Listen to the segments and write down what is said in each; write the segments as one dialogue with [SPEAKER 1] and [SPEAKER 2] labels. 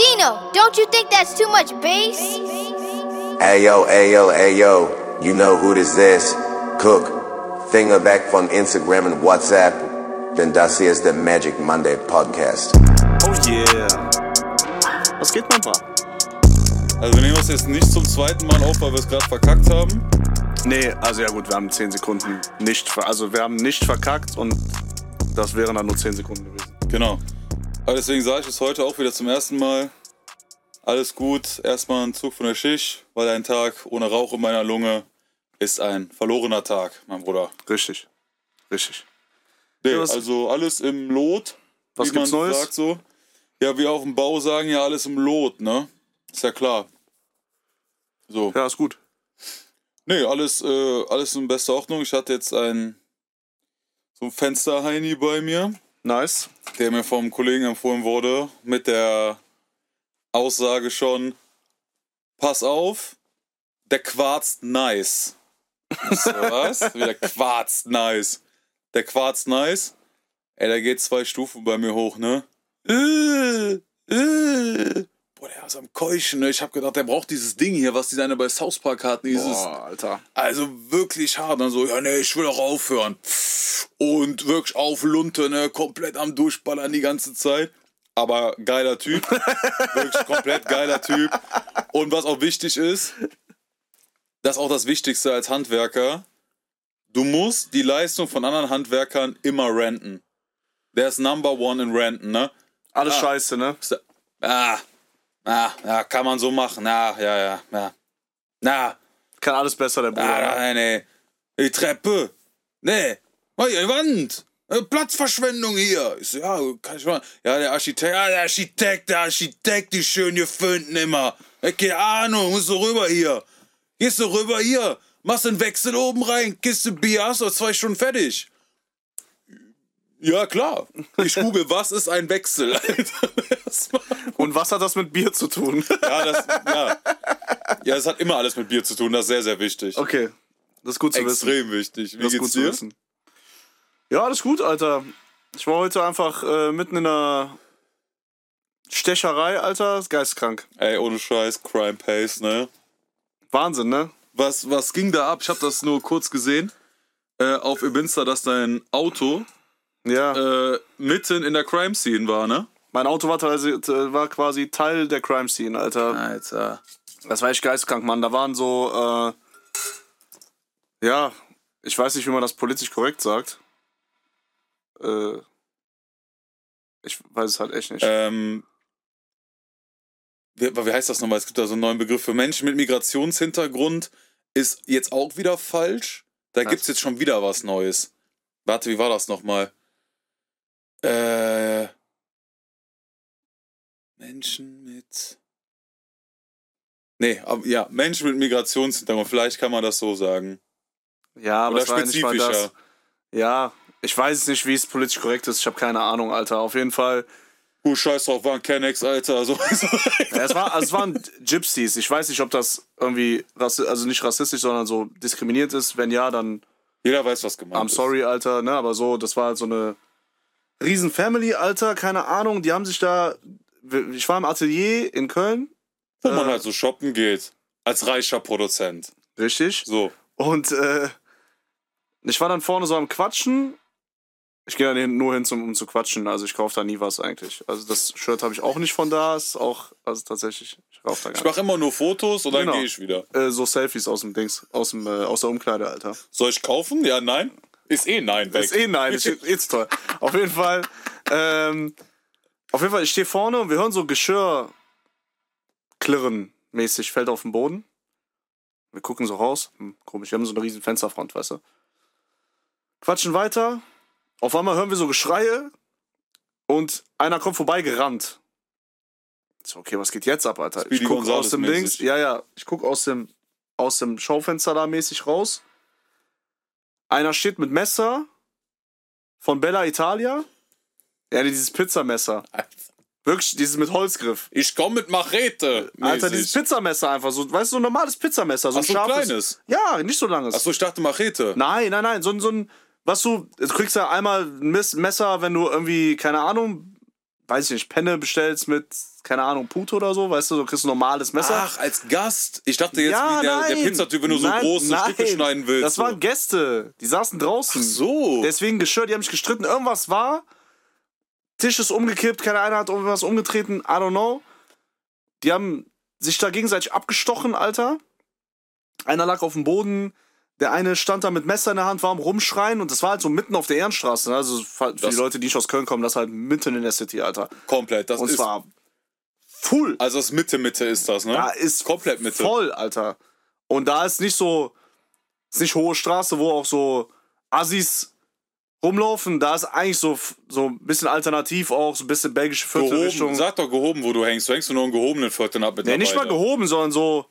[SPEAKER 1] Dino, don't you think that's too much bass?
[SPEAKER 2] Ayo, ayo, ayo, you know who this is. Cook, finger back from Instagram and WhatsApp. Denn das hier ist der Magic Monday Podcast.
[SPEAKER 3] Oh yeah. Was geht, mein Bra?
[SPEAKER 4] Also wir nehmen das jetzt nicht zum zweiten Mal auf, weil wir es gerade verkackt haben.
[SPEAKER 3] Nee, also ja gut, wir haben 10 Sekunden nicht, ver also wir haben nicht verkackt und das wären dann nur 10 Sekunden gewesen.
[SPEAKER 4] Genau. Aber deswegen sage ich es heute auch wieder zum ersten Mal. Alles gut, erstmal ein Zug von der Schicht, weil ein Tag ohne Rauch in meiner Lunge ist ein verlorener Tag, mein Bruder.
[SPEAKER 3] Richtig. Richtig.
[SPEAKER 4] Nee,
[SPEAKER 3] Ja, was-
[SPEAKER 4] also alles im Lot,
[SPEAKER 3] Was
[SPEAKER 4] wie
[SPEAKER 3] gibt's
[SPEAKER 4] man
[SPEAKER 3] Neues?
[SPEAKER 4] sagt so. Ja, wir auf dem Bau sagen ja alles im Lot, ne? Ist ja klar. So.
[SPEAKER 3] Ja, ist gut.
[SPEAKER 4] Nee, alles, äh, alles in bester Ordnung. Ich hatte jetzt ein so ein Fensterheini bei mir.
[SPEAKER 3] Nice.
[SPEAKER 4] der mir vom Kollegen empfohlen wurde, mit der Aussage schon, pass auf, der quarzt nice. Ich So, was? Wie, Der quarzt nice. Der quarzt nice. Ey, da geht zwei Stufen bei mir hoch, ne? Äh, äh. Boah, der ist am Keuchen, ne? Ich hab gedacht, der braucht dieses Ding hier, was die seine bei South Park hatten, dieses
[SPEAKER 3] Boah, Alter.
[SPEAKER 4] also wirklich hart. Dann so, ja, nee, ich will auch aufhören. Und wirklich auf Lunte, ne? Komplett am Durchballern die ganze Zeit. Aber geiler Typ. wirklich komplett geiler Typ. Und was auch wichtig ist, das ist auch das Wichtigste als Handwerker. Du musst die Leistung von anderen Handwerkern immer renten. Der ist Number One in Renten, ne?
[SPEAKER 3] Alles scheiße, ne?
[SPEAKER 4] So, Ah, ah, ja, kann man so machen. Na, ja, ja, ja. Na,
[SPEAKER 3] Kann alles besser, der Bruder.
[SPEAKER 4] Ah, nein, nee. Die Treppe. Nee. Oh, die Wand. Äh, Platzverschwendung hier. Ich so, ja, kann ich mal. Ja, der Architekt. Ah, der Architekt, der Architekt, die schön geföhnten immer. Ey, Keine Ahnung, musst du rüber hier. Gehst du rüber hier. Machst den Wechsel oben rein. Gehst du Bier, hast du zwei Stunden fertig. Ja, klar. Ich google, was ist ein Wechsel? Alter, das war-
[SPEAKER 3] Und was hat das mit Bier zu tun?
[SPEAKER 4] ja, das, ja. ja, das hat immer alles mit Bier zu tun. Das ist sehr, sehr wichtig.
[SPEAKER 3] okay. Das ist gut zu wissen.
[SPEAKER 4] Extrem wichtig. Wie
[SPEAKER 3] das ist
[SPEAKER 4] geht's
[SPEAKER 3] gut zu
[SPEAKER 4] dir?
[SPEAKER 3] wissen. Ja, alles gut, Alter. Ich war heute einfach äh, mitten in einer Stecherei, Alter. Ist geisteskrank.
[SPEAKER 4] Ey, ohne Scheiß, Crime Pace, ne?
[SPEAKER 3] Wahnsinn, ne?
[SPEAKER 4] Was, was ging da ab? Ich habe das nur kurz gesehen äh, auf Ibinsta, dass dein Auto
[SPEAKER 3] Ja.
[SPEAKER 4] äh, mitten in der Crime Scene war, ne?
[SPEAKER 3] Mein Auto war, teilweise, war quasi Teil der Crime Scene, Alter.
[SPEAKER 4] Alter.
[SPEAKER 3] Das war echt geistkrank, Mann. Da waren so, äh, ja, ich weiß nicht, wie man das politisch korrekt sagt. Äh, ich weiß es halt echt nicht.
[SPEAKER 4] Ähm, wie, wie heißt das nochmal? Es gibt da so einen neuen Begriff für Menschen mit Migrationshintergrund. Ist jetzt auch wieder falsch. Da
[SPEAKER 3] Was?
[SPEAKER 4] gibt's jetzt schon wieder was Neues. Warte, wie war das nochmal? Äh, Menschen mit. Nee, aber, ja, Menschen mit Migrationshintergrund. Vielleicht kann man das so sagen.
[SPEAKER 3] ja, aber
[SPEAKER 4] oder
[SPEAKER 3] es war nicht mal das.
[SPEAKER 4] spezifischer.
[SPEAKER 3] Ja, ich weiß es nicht, wie es politisch korrekt ist. Ich habe keine Ahnung, Alter. Auf jeden Fall.
[SPEAKER 4] Gut, Oh, scheiß drauf, war ein Kennex, Alter. So, so.
[SPEAKER 3] Ja, es, war, also es waren Gypsies. Ich weiß nicht, ob das irgendwie, rassi also nicht rassistisch, sondern so diskriminiert ist. Wenn ja, dann
[SPEAKER 4] Jeder weiß, was gemeint
[SPEAKER 3] I'm
[SPEAKER 4] ist.
[SPEAKER 3] sorry, Alter, ne, aber so, das war halt so eine riesen Family, Alter, keine Ahnung, die haben sich da, ich war im Atelier in Köln,
[SPEAKER 4] Wo
[SPEAKER 3] Äh.
[SPEAKER 4] man halt so shoppen geht. Als reicher Produzent.
[SPEAKER 3] richtig,
[SPEAKER 4] So.
[SPEAKER 3] und äh, ich war dann vorne so am Quatschen, ich gehe da hin- nur hin, zum, um zu quatschen, also ich kaufe da nie was eigentlich, also das Shirt habe ich auch nicht von da, ist auch, also tatsächlich, ich kaufe da gar
[SPEAKER 4] Ich
[SPEAKER 3] nicht.
[SPEAKER 4] mache immer nur Fotos und dann
[SPEAKER 3] Genau.
[SPEAKER 4] gehe ich wieder.
[SPEAKER 3] Äh, so Selfies aus dem Dings, aus, dem, äh, aus der Umkleide, Alter.
[SPEAKER 4] Soll ich kaufen? Ja, nein. Ist eh nein weg.
[SPEAKER 3] Ist eh nein, ist jetzt toll. Auf jeden Fall, ähm, auf jeden Fall, ich stehe vorne und wir hören so Geschirr klirren mäßig, fällt auf den Boden. Wir gucken so raus. Hm, komisch, wir haben so eine riesen Fensterfront, weißt du. Quatschen weiter. Auf einmal hören wir so Geschreie und einer kommt vorbei gerannt. So, okay, was geht jetzt ab, Alter? Ich
[SPEAKER 4] Speedy
[SPEAKER 3] gucke aus dem Dings.
[SPEAKER 4] Gonzales-mäßig.
[SPEAKER 3] Ja, ja, ich gucke aus dem, aus dem Schaufenster da mäßig raus. Einer steht mit Messer von Bella Italia. Ja, dieses Pizzamesser. Wirklich, dieses mit Holzgriff.
[SPEAKER 4] Ich komme mit Machete.
[SPEAKER 3] Alter,
[SPEAKER 4] mäßig.
[SPEAKER 3] dieses Pizzamesser einfach so, weißt du, so ein normales Pizzamesser, so
[SPEAKER 4] Ach
[SPEAKER 3] ein
[SPEAKER 4] so,
[SPEAKER 3] scharfes.
[SPEAKER 4] kleines?
[SPEAKER 3] Ja, nicht so langes.
[SPEAKER 4] Achso, ich dachte Machete.
[SPEAKER 3] Nein, nein, nein, so ein, so ein, was du, du kriegst ja einmal ein Mes- Messer, wenn du irgendwie, keine Ahnung, weiß ich nicht, Penne bestellst mit, keine Ahnung, Puto oder so, weißt du, so kriegst du ein normales Messer.
[SPEAKER 4] Ach, als Gast? Ich dachte jetzt, wie der, der Pizzatyp, wenn du so
[SPEAKER 3] Nein,
[SPEAKER 4] große Stücke schneiden willst.
[SPEAKER 3] Das waren Gäste, die saßen draußen.
[SPEAKER 4] Ach so.
[SPEAKER 3] Deswegen Geschirr, die haben sich gestritten, irgendwas war. Tisch ist umgekippt, keine Ahnung, hat irgendwas umgetreten, I don't know. Die haben sich da gegenseitig abgestochen, Alter. Einer lag auf dem Boden, der eine stand da mit Messer in der Hand, war am Rumschreien und das war halt so mitten auf der Ehrenstraße. ne? Also für
[SPEAKER 4] Das-
[SPEAKER 3] die Leute, die nicht aus Köln kommen, das ist halt mitten in der City, Alter.
[SPEAKER 4] Komplett. Das
[SPEAKER 3] Und
[SPEAKER 4] ist,
[SPEAKER 3] zwar full.
[SPEAKER 4] also das Mitte, Mitte ist das, ne?
[SPEAKER 3] Da ist
[SPEAKER 4] komplett Mitte.
[SPEAKER 3] voll, Alter. Und da ist nicht so, ist nicht hohe Straße, wo auch so Assis rumlaufen. Da ist eigentlich so, so ein bisschen alternativ auch, so ein bisschen belgische
[SPEAKER 4] Gehoben.
[SPEAKER 3] Viertelrichtung.
[SPEAKER 4] Sag doch gehoben, wo du hängst. Du hängst nur einen gehobenen Vierteln ab mit
[SPEAKER 3] Nee,
[SPEAKER 4] dabei,
[SPEAKER 3] nicht mal
[SPEAKER 4] ne?
[SPEAKER 3] gehoben, sondern so,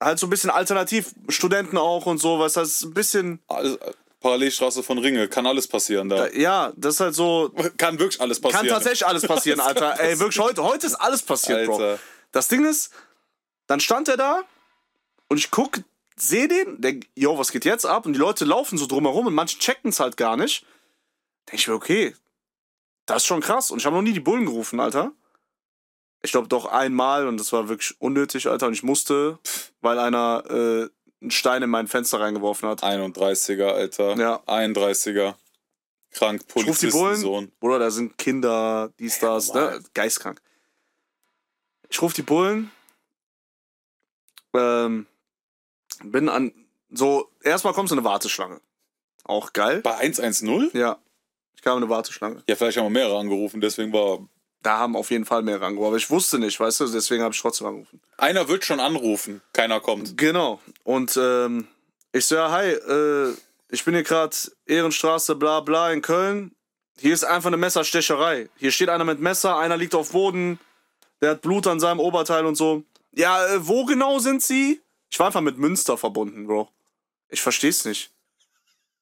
[SPEAKER 3] halt so ein bisschen alternativ. Studenten auch und so, was das ein bisschen,
[SPEAKER 4] Alles, Also, Parallelstraße von Ringe. Kann alles passieren da.
[SPEAKER 3] ja, das ist halt so,
[SPEAKER 4] Kann wirklich alles
[SPEAKER 3] kann
[SPEAKER 4] passieren.
[SPEAKER 3] tatsächlich alles passieren, Alter. Ey, wirklich, heute, heute ist alles passiert, Bro.
[SPEAKER 4] Alter.
[SPEAKER 3] Das Ding ist, dann stand er da und ich guck, sehe den, denk, yo, was geht jetzt ab? Und die Leute laufen so drumherum und manche checken es halt gar nicht. Denk ich mir, okay, das ist schon krass. Und ich habe noch nie die Bullen gerufen, Alter. Ich glaube doch einmal und das war wirklich unnötig, Alter. Und ich musste, weil einer äh, einen Stein in mein Fenster reingeworfen hat.
[SPEAKER 4] 31er, Alter.
[SPEAKER 3] Ja.
[SPEAKER 4] 31er. Krank,
[SPEAKER 3] Ich ruf die
[SPEAKER 4] Polizistensohn.
[SPEAKER 3] Bullen. Bruder, da sind Kinder, dies, das, ne? Geistkrank. Ich ruf die Bullen. Ähm, bin an. So, erstmal kommt so eine Warteschlange. Auch geil.
[SPEAKER 4] Bei 110?
[SPEAKER 3] Ja. Ich kam in eine Warteschlange.
[SPEAKER 4] Ja, vielleicht haben wir mehrere angerufen, deswegen war.
[SPEAKER 3] Da haben auf jeden Fall mehrere angerufen. Aber ich wusste nicht, weißt du, deswegen habe ich trotzdem angerufen.
[SPEAKER 4] Einer wird schon anrufen, keiner kommt.
[SPEAKER 3] Genau. Und ähm, ich so, ja, hi, äh, ich bin hier gerade Ehrenstraße, bla bla in Köln. Hier ist einfach eine Messerstecherei. Hier steht einer mit Messer, einer liegt auf Boden, der hat Blut an seinem Oberteil und so. Ja, äh, wo genau sind sie? Ich war einfach mit Münster verbunden, Bro. Ich versteh's nicht.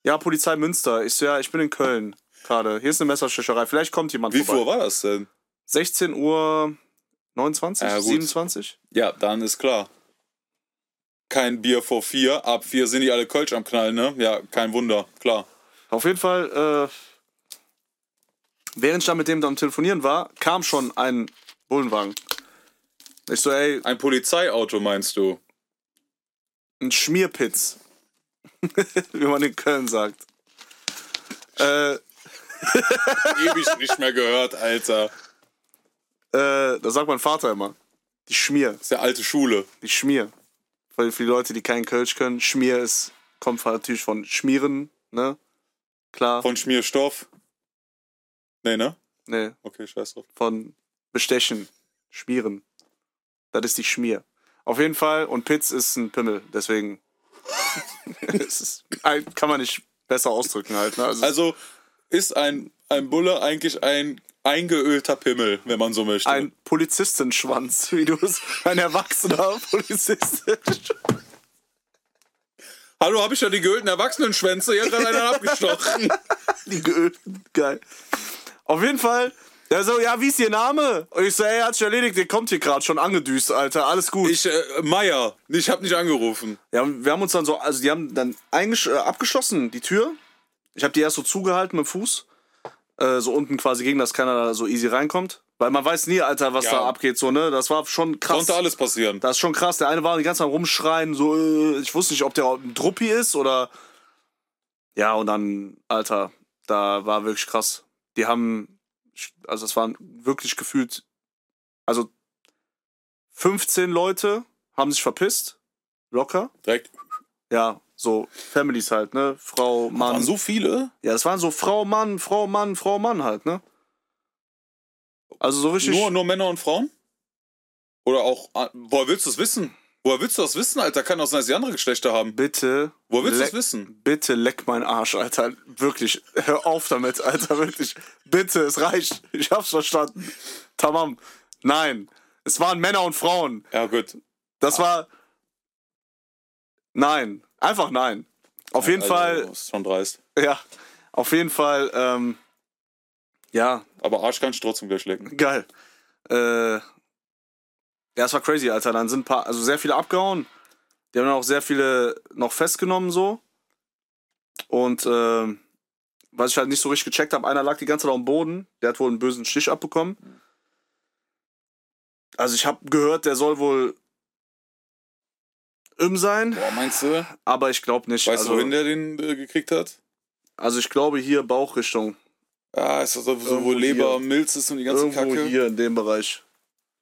[SPEAKER 3] Ja, Polizei Münster. Ich so, ja, ich bin in Köln gerade. Hier ist eine Messerstecherei. Vielleicht kommt jemand
[SPEAKER 4] Wie
[SPEAKER 3] vorbei.
[SPEAKER 4] früh war das denn?
[SPEAKER 3] 16 Uhr 29,
[SPEAKER 4] Ja, gut.
[SPEAKER 3] 27?
[SPEAKER 4] Ja, dann ist klar. Kein Bier vor vier, ab vier sind die alle Kölsch am Knallen, ne? Ja, kein Wunder, klar.
[SPEAKER 3] Auf jeden Fall, äh, während ich da mit dem da am Telefonieren war, kam schon ein Bullenwagen. Ich so, ey,
[SPEAKER 4] Ein Polizeiauto meinst du?
[SPEAKER 3] ein Schmierpitz. Wie man in Köln sagt. Äh,
[SPEAKER 4] Ewig nicht mehr gehört, Alter.
[SPEAKER 3] äh, das sagt mein Vater immer. Die Schmier,
[SPEAKER 4] Das ist ja alte Schule.
[SPEAKER 3] die Schmier. Weil für die Leute, die keinen Kölsch können, Schmier ist, kommt halt natürlich von Schmieren, ne? Klar.
[SPEAKER 4] Von Schmierstoff. Nee, ne?
[SPEAKER 3] nee,
[SPEAKER 4] Okay, scheiß drauf.
[SPEAKER 3] von Bestechen, Schmieren. Das ist die Schmier. Auf jeden Fall, und Pitz ist ein Pimmel, deswegen es ist, kann man nicht besser ausdrücken halt. Ne? Also,
[SPEAKER 4] Also ist ein, ein Bulle eigentlich ein eingeölter Pimmel, wenn man so möchte.
[SPEAKER 3] ein Polizistenschwanz, wie du es, ein erwachsener Polizistenschwanz.
[SPEAKER 4] Hallo, hab ich ja die geölten Erwachsenenschwänze? Hier hat gerade einer abgestochen.
[SPEAKER 3] Die geölten, geil. Auf jeden Fall, der so, ja, wie ist ihr Name? Und ich so, ey, hat sich erledigt, ihr kommt hier gerade schon angedüst, Alter, alles gut.
[SPEAKER 4] Ich, äh, Meier. Ich hab nicht angerufen.
[SPEAKER 3] Ja, wir haben uns dann so, also die haben dann eingesch- äh, abgeschlossen die Tür. Ich habe die erst so zugehalten mit dem Fuß. Äh, so unten quasi gegen, dass keiner da so easy reinkommt. Weil man weiß nie, Alter, was
[SPEAKER 4] Ja.
[SPEAKER 3] da abgeht, so, ne? Das war schon krass.
[SPEAKER 4] Konnte alles passieren.
[SPEAKER 3] Das ist schon krass. Der eine war die ganze Zeit am rumschreien, so, äh, ich wusste nicht, ob der ein Druppi ist oder. Ja, und dann, Alter, da war wirklich krass. Die haben, also es waren wirklich gefühlt, also 15 Leute haben sich verpisst. Locker.
[SPEAKER 4] Direkt.
[SPEAKER 3] Ja, so Families halt, ne? Frau, Mann.
[SPEAKER 4] Waren Also so viele?
[SPEAKER 3] ja, das waren so Frau, Mann, Frau, Mann, Frau, Mann halt, ne? Also so richtig.
[SPEAKER 4] Nur, nur Männer und Frauen? Oder auch. ah, Woher willst du das wissen? Woher willst du das wissen, Alter? Kann auch sein, dass die andere Geschlechter haben.
[SPEAKER 3] bitte.
[SPEAKER 4] Woher willst du das
[SPEAKER 3] leck-
[SPEAKER 4] wissen?
[SPEAKER 3] Bitte leck meinen Arsch, Alter. Wirklich. Hör auf damit, Alter. Wirklich. Bitte, es reicht. Ich hab's verstanden. Tamam. Nein. Es waren Männer und Frauen.
[SPEAKER 4] Ja, gut.
[SPEAKER 3] Das war. Nein. Einfach nein. Auf jeden
[SPEAKER 4] Also,
[SPEAKER 3] Fall,
[SPEAKER 4] Ist schon dreist.
[SPEAKER 3] ja. Auf jeden Fall, ähm, ja,
[SPEAKER 4] Aber Arsch kannst du trotzdem gleich lecken.
[SPEAKER 3] Geil. Äh, ja, es war crazy, Alter. Dann sind ein paar, also sehr viele abgehauen. Die haben dann auch sehr viele noch festgenommen so. Und ähm, was ich halt nicht so richtig gecheckt habe, einer lag die ganze Zeit auf dem Boden. Der hat wohl einen bösen Stich abbekommen. Also ich habe gehört, der soll wohl im sein,
[SPEAKER 4] Boah, meinst du?
[SPEAKER 3] aber ich glaube nicht.
[SPEAKER 4] Weißt du,
[SPEAKER 3] also,
[SPEAKER 4] wohin der den äh, gekriegt hat?
[SPEAKER 3] also ich glaube hier Bauchrichtung.
[SPEAKER 4] Ah, ist das so, so
[SPEAKER 3] Irgendwo
[SPEAKER 4] wo Leber,
[SPEAKER 3] hier.
[SPEAKER 4] Milz ist und die ganze
[SPEAKER 3] Irgendwo
[SPEAKER 4] Kacke?
[SPEAKER 3] hier in dem Bereich.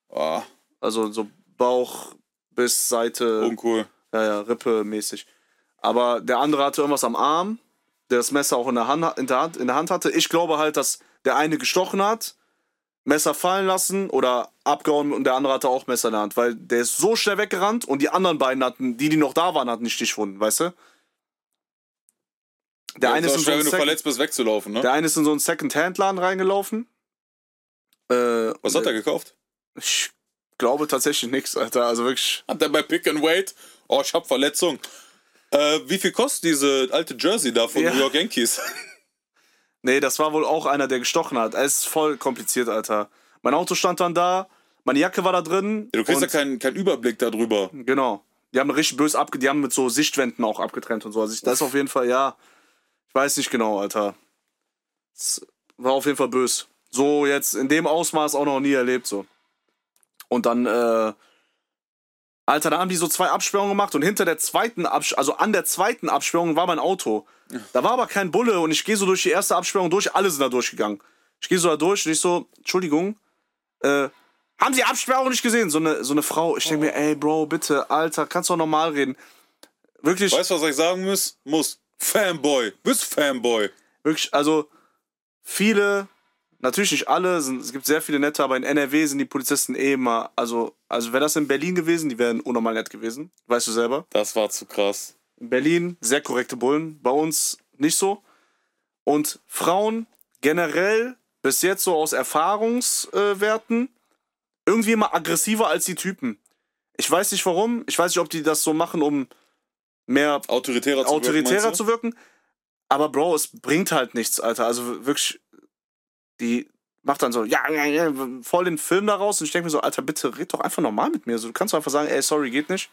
[SPEAKER 4] Ah,
[SPEAKER 3] Also so Bauch bis Seite,
[SPEAKER 4] uncool.
[SPEAKER 3] ja, ja, Rippe mäßig. Aber der andere hatte irgendwas am Arm, der das Messer auch in der Hand, in der Hand, in der Hand hatte. Ich glaube halt, dass der eine gestochen hat, Messer fallen lassen oder abgehauen und der andere hatte auch Messer in der Hand, weil der ist so schnell weggerannt und die anderen beiden hatten, die, die noch da waren, hatten die Stichwunden, weißt du? Der
[SPEAKER 4] Ja,
[SPEAKER 3] eine ist
[SPEAKER 4] ist auch
[SPEAKER 3] in so
[SPEAKER 4] schwer,
[SPEAKER 3] einen
[SPEAKER 4] wenn du
[SPEAKER 3] Second-
[SPEAKER 4] verletzt bist, wegzulaufen, ne?
[SPEAKER 3] der eine ist in so einen Second-Hand-Laden reingelaufen. Äh,
[SPEAKER 4] Was hat er gekauft?
[SPEAKER 3] Ich glaube tatsächlich nichts, Alter. Also wirklich.
[SPEAKER 4] Hat er bei Pick and Wait? Oh, ich hab Verletzung. Äh, wie viel kostet diese alte Jersey da von
[SPEAKER 3] Ja.
[SPEAKER 4] New York Yankees?
[SPEAKER 3] Nee, das war wohl auch einer, der gestochen hat. Es ist voll kompliziert, Alter. Mein Auto stand dann da, meine Jacke war da drin.
[SPEAKER 4] Du kriegst ja
[SPEAKER 3] und,
[SPEAKER 4] keinen keinen Überblick darüber.
[SPEAKER 3] Genau. Die haben richtig bös abge... Die haben mit so Sichtwänden auch abgetrennt und so. Also ich, das ist auf jeden Fall, ja... Ich weiß nicht genau, Alter. Es war auf jeden Fall bös. So jetzt in dem Ausmaß auch noch nie erlebt, so. Und dann, äh... Alter, da haben die so zwei Absperrungen gemacht und hinter der zweiten Abs also an der zweiten Absperrung war mein Auto. Da war aber kein Bulle und ich gehe so durch die erste Absperrung durch, alle sind da durchgegangen. Ich gehe so da durch und ich so, Entschuldigung, äh, haben Sie Absperrung nicht gesehen? So eine, so eine Frau. Ich denke mir, ey, Bro, bitte, Alter, kannst du auch normal reden. Wirklich,
[SPEAKER 4] Weißt du, was ich sagen muss? Muss. Fanboy. Bist Fanboy.
[SPEAKER 3] wirklich, also viele, natürlich nicht alle, sind, es gibt sehr viele nette, aber in NRW sind die Polizisten eh immer, also, also wäre das in Berlin gewesen, die wären unnormal nett gewesen, weißt du selber.
[SPEAKER 4] Das war zu krass.
[SPEAKER 3] In Berlin sehr korrekte Bullen, bei uns nicht so. Und Frauen generell bis jetzt so aus Erfahrungswerten irgendwie immer aggressiver als die Typen. Ich weiß nicht warum, ich weiß nicht, ob die das so machen, um mehr
[SPEAKER 4] Autoritärer zu
[SPEAKER 3] autoritärer
[SPEAKER 4] wirken, meinst
[SPEAKER 3] zu wirken. Aber Bro, es bringt halt nichts, Alter. Also wirklich, die macht dann so, ja, ja, ja, voll den Film daraus. Und ich denke mir so, Alter, bitte red doch einfach normal mit mir. So, du kannst doch einfach sagen, ey, sorry, geht nicht.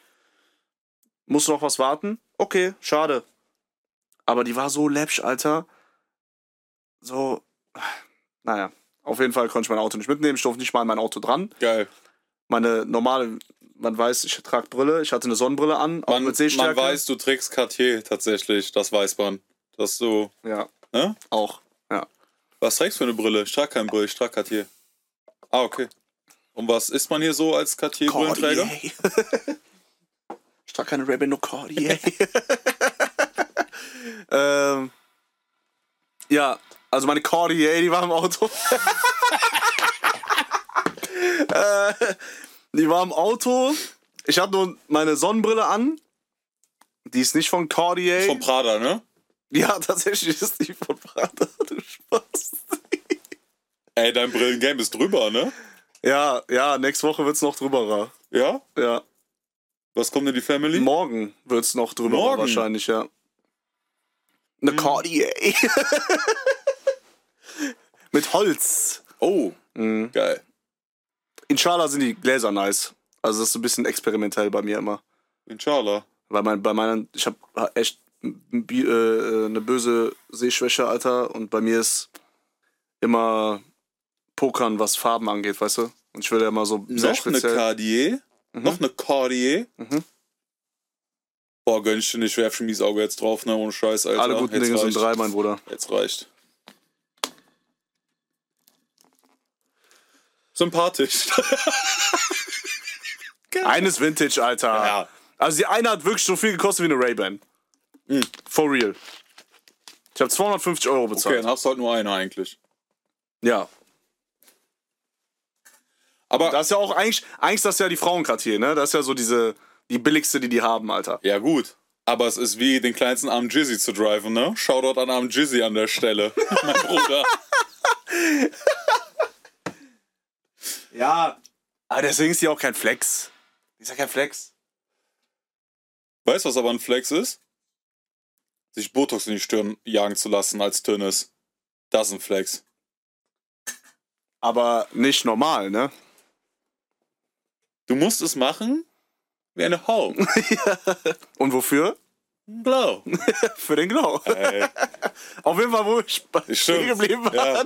[SPEAKER 3] Musst du noch was warten? Okay, schade. Aber die war so läppsch, Alter. So, naja. Auf jeden Fall konnte ich mein Auto nicht mitnehmen. Ich durfte nicht mal an mein Auto dran.
[SPEAKER 4] du? Geil.
[SPEAKER 3] Meine normale, man weiß, ich trage Brille. Ich hatte eine Sonnenbrille an, auch
[SPEAKER 4] Man,
[SPEAKER 3] mit
[SPEAKER 4] man
[SPEAKER 3] Sehstärke.
[SPEAKER 4] weiß, du trägst Cartier tatsächlich. Das weiß man. Dass du.
[SPEAKER 3] Ja,
[SPEAKER 4] Ne?
[SPEAKER 3] auch. Ja.
[SPEAKER 4] Was trägst du für eine Brille? Ich trage keine Brille, ich trage Cartier. Ah, okay. Und was ist man hier so als Cartier-Brillenträger?
[SPEAKER 3] Cordier. ich trage keine Rebel, nur Cordier. ähm, ja, also meine Cordier, die war im Auto. äh, die war im Auto. Ich hatte nur meine Sonnenbrille an. Die ist nicht von Cordier.
[SPEAKER 4] Von Prada, ne?
[SPEAKER 3] ja, tatsächlich ist die von Prada. Du Spaß.
[SPEAKER 4] Ey, dein Brillengame ist drüber, ne?
[SPEAKER 3] Ja, ja, nächste Woche wird's noch drüberer.
[SPEAKER 4] Ja?
[SPEAKER 3] Ja.
[SPEAKER 4] Was kommt in die Family?
[SPEAKER 3] Morgen wird es noch drüber
[SPEAKER 4] Morgen? Hm.
[SPEAKER 3] wahrscheinlich, ja. Eine Cordier. Mit Holz.
[SPEAKER 4] oh, geil.
[SPEAKER 3] Inshallah sind die Gläser nice. Also das ist so ein bisschen experimentell bei mir immer.
[SPEAKER 4] Inshallah.
[SPEAKER 3] Weil mein, bei meinen, ich habe echt ein Bi- äh, eine böse Sehschwäche, Alter. Und bei mir ist immer Pokern, was Farben angeht, weißt du? Und ich will ja immer so sehr
[SPEAKER 4] Noch eine
[SPEAKER 3] speziell. Mhm.
[SPEAKER 4] Cartier? Noch eine Cartier? Boah, gönn ich dir nicht, werf schon mies Auge jetzt drauf, ne? Ohne Scheiß, Alter.
[SPEAKER 3] Alle guten
[SPEAKER 4] jetzt
[SPEAKER 3] Dinge sind
[SPEAKER 4] reicht.
[SPEAKER 3] drei, mein Bruder.
[SPEAKER 4] Jetzt reicht. Sympathisch.
[SPEAKER 3] Eines Vintage, Alter.
[SPEAKER 4] Ja.
[SPEAKER 3] Also die eine hat wirklich so viel gekostet wie eine Ray-Ban. For real. Ich habe 250 Euro
[SPEAKER 4] Okay,
[SPEAKER 3] bezahlt.
[SPEAKER 4] dann hast du halt nur eine eigentlich.
[SPEAKER 3] Ja.
[SPEAKER 4] Aber
[SPEAKER 3] Das ist ja auch eigentlich, eigentlich ist das ja die Frauenkartier, ne? Das ist ja so diese, die billigste, die die haben, Alter.
[SPEAKER 4] Ja, gut. Aber es ist wie den kleinsten armen Jizzy zu driven, ne? Shoutout an armen Jizzy an der Stelle. mein Bruder.
[SPEAKER 3] Ja. Aber deswegen ist die auch kein Flex. Die ist ja kein Flex.
[SPEAKER 4] Weißt du, was aber ein Flex ist? Sich Botox in die Stirn jagen zu lassen als Tönnis. Das ist ein Flex.
[SPEAKER 3] Aber nicht normal, ne?
[SPEAKER 4] Du musst es machen wie eine Hau.
[SPEAKER 3] Und wofür?
[SPEAKER 4] Blau.
[SPEAKER 3] Für den Glow.
[SPEAKER 4] Ey,
[SPEAKER 3] Auf jeden Fall, wo ich bei- stehen
[SPEAKER 4] Stimmt,
[SPEAKER 3] geblieben
[SPEAKER 4] ja.
[SPEAKER 3] war.